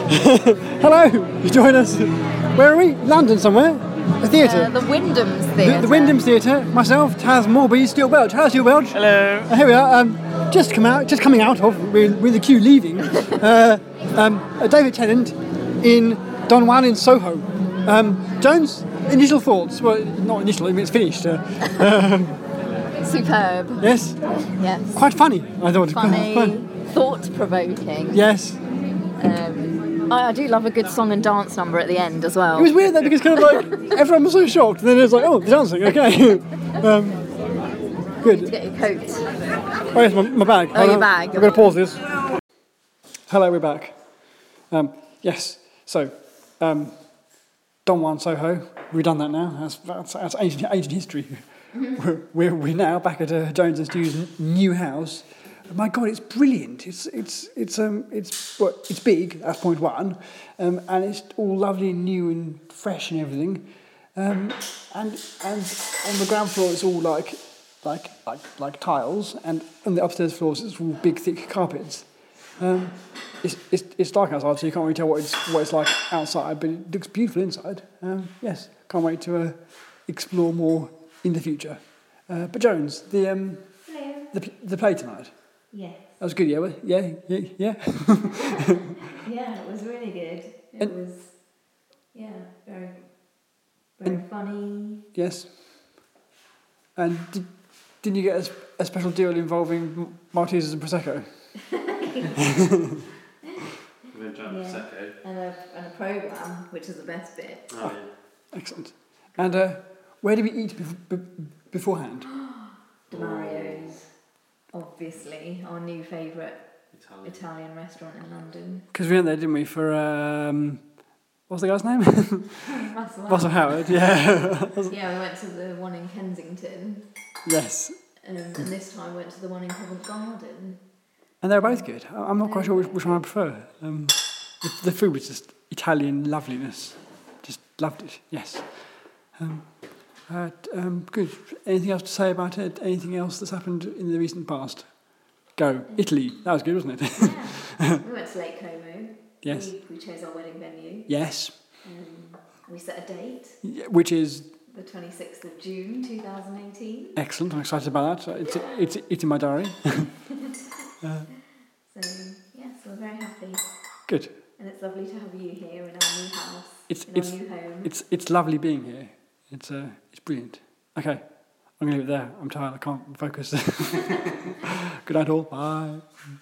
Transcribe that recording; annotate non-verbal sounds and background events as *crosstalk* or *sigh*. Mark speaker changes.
Speaker 1: Hello, you join us. Where are we? London somewhere? A
Speaker 2: Uh,
Speaker 1: theatre.
Speaker 2: the Wyndham's
Speaker 1: the,
Speaker 2: Theatre.
Speaker 1: the Wyndham's Theatre. Myself, Taz Morby, Stuart Welch. How's you, Welch?
Speaker 3: Hello.
Speaker 1: Uh, here we are. Um, just come out, just coming out of with, with the
Speaker 2: *laughs*
Speaker 1: queue leaving. Uh, um, uh, David Tennant in Don Juan in Soho. Um, Jones, initial thoughts? Well, not initial. I mean, it's finished. Uh,
Speaker 2: Superb.
Speaker 1: yes,
Speaker 2: Yes.
Speaker 1: quite funny. I thought. *laughs*
Speaker 2: Funny. Thought provoking.
Speaker 1: Yes.
Speaker 2: Um, I, I do love a good song and dance number at the end as well.
Speaker 1: It was weird though because kind of like *laughs* everyone was so shocked, and then it was like, oh, they're dancing. Okay. *laughs* um, good.
Speaker 2: Get your coat.
Speaker 1: Oh, yes, my, my bag.
Speaker 2: Oh,
Speaker 1: Hold
Speaker 2: your
Speaker 1: on.
Speaker 2: bag.
Speaker 1: I'm going to pause this. Hello, we're back. Um, yes, so um, Don Juan Soho, we've done that now. That's, that's, that's ancient, ancient history.
Speaker 2: Mm-hmm.
Speaker 1: we're, we're, we're now back at uh, Jones and Stew's n- new house. My God, it's brilliant. It's, it's, it's, um, it's, well, it's big, that's point one, um, and it's all lovely and new and fresh and everything. Um, and and on the ground floor, it's all like like like like tiles, and on the upstairs floors, it's all big thick carpets. Um, it's, it's it's dark outside, so you can't really tell what it's what it's like outside, but it looks beautiful inside. Um, yes, can't wait to uh, explore more in the future. Uh, but Jones, the um,
Speaker 4: Hello.
Speaker 1: the pl- the play tonight.
Speaker 4: Yes.
Speaker 1: That was good, yeah, wa- yeah, yeah, yeah.
Speaker 4: Yeah, it was really good. It
Speaker 1: And-
Speaker 4: was, yeah, very, very funny.
Speaker 1: Yes. And did, didn't you get a, s- a special deal involving M- Maltesers and prosecco?
Speaker 3: We're trying
Speaker 4: Yeah.
Speaker 3: Prosecco.
Speaker 4: And a, and a program, which is the best bit.
Speaker 3: Oh,
Speaker 1: Excellent. And uh, where did we eat bef- be- beforehand?
Speaker 4: Demario's, obviously, our new favourite
Speaker 3: Italian.
Speaker 4: Italian restaurant in London.
Speaker 1: Because we went there, didn't we, for um, what's the guy's name? *laughs*
Speaker 4: Russell.
Speaker 1: Russell Howard. Yeah. *laughs*
Speaker 4: Yeah, we went to the one in Kensington,
Speaker 1: yes.
Speaker 4: um, and this time went to the one in Covent
Speaker 1: *laughs*
Speaker 4: Garden.
Speaker 1: And they're both good. I- I'm not quite sure which, which one I prefer. Um, the, the food was just Italian loveliness. Just loved it. Yes. Um, uh, t- um, good. Anything else to say about it? Anything else that's happened in the recent past? Go Italy. That was good, wasn't it? *laughs*
Speaker 4: Yeah. we went to Lake Como.
Speaker 1: yes.
Speaker 4: We, we chose our wedding venue.
Speaker 1: Yes.
Speaker 4: Um, we set a date,
Speaker 1: Y- Which is
Speaker 4: the 26th of June 2018.
Speaker 1: excellent. I'm excited about that. It's it's it's in my diary.
Speaker 4: So, yes, we're very happy.
Speaker 1: Good.
Speaker 4: And it's lovely to have you here in our new house,
Speaker 1: It's
Speaker 4: in
Speaker 1: it's
Speaker 4: our new home.
Speaker 1: it's it's lovely being here. It's uh, it's brilliant. Okay, *laughs* I'm gonna leave it there. I'm tired. I can't focus. Good night, all. Bye.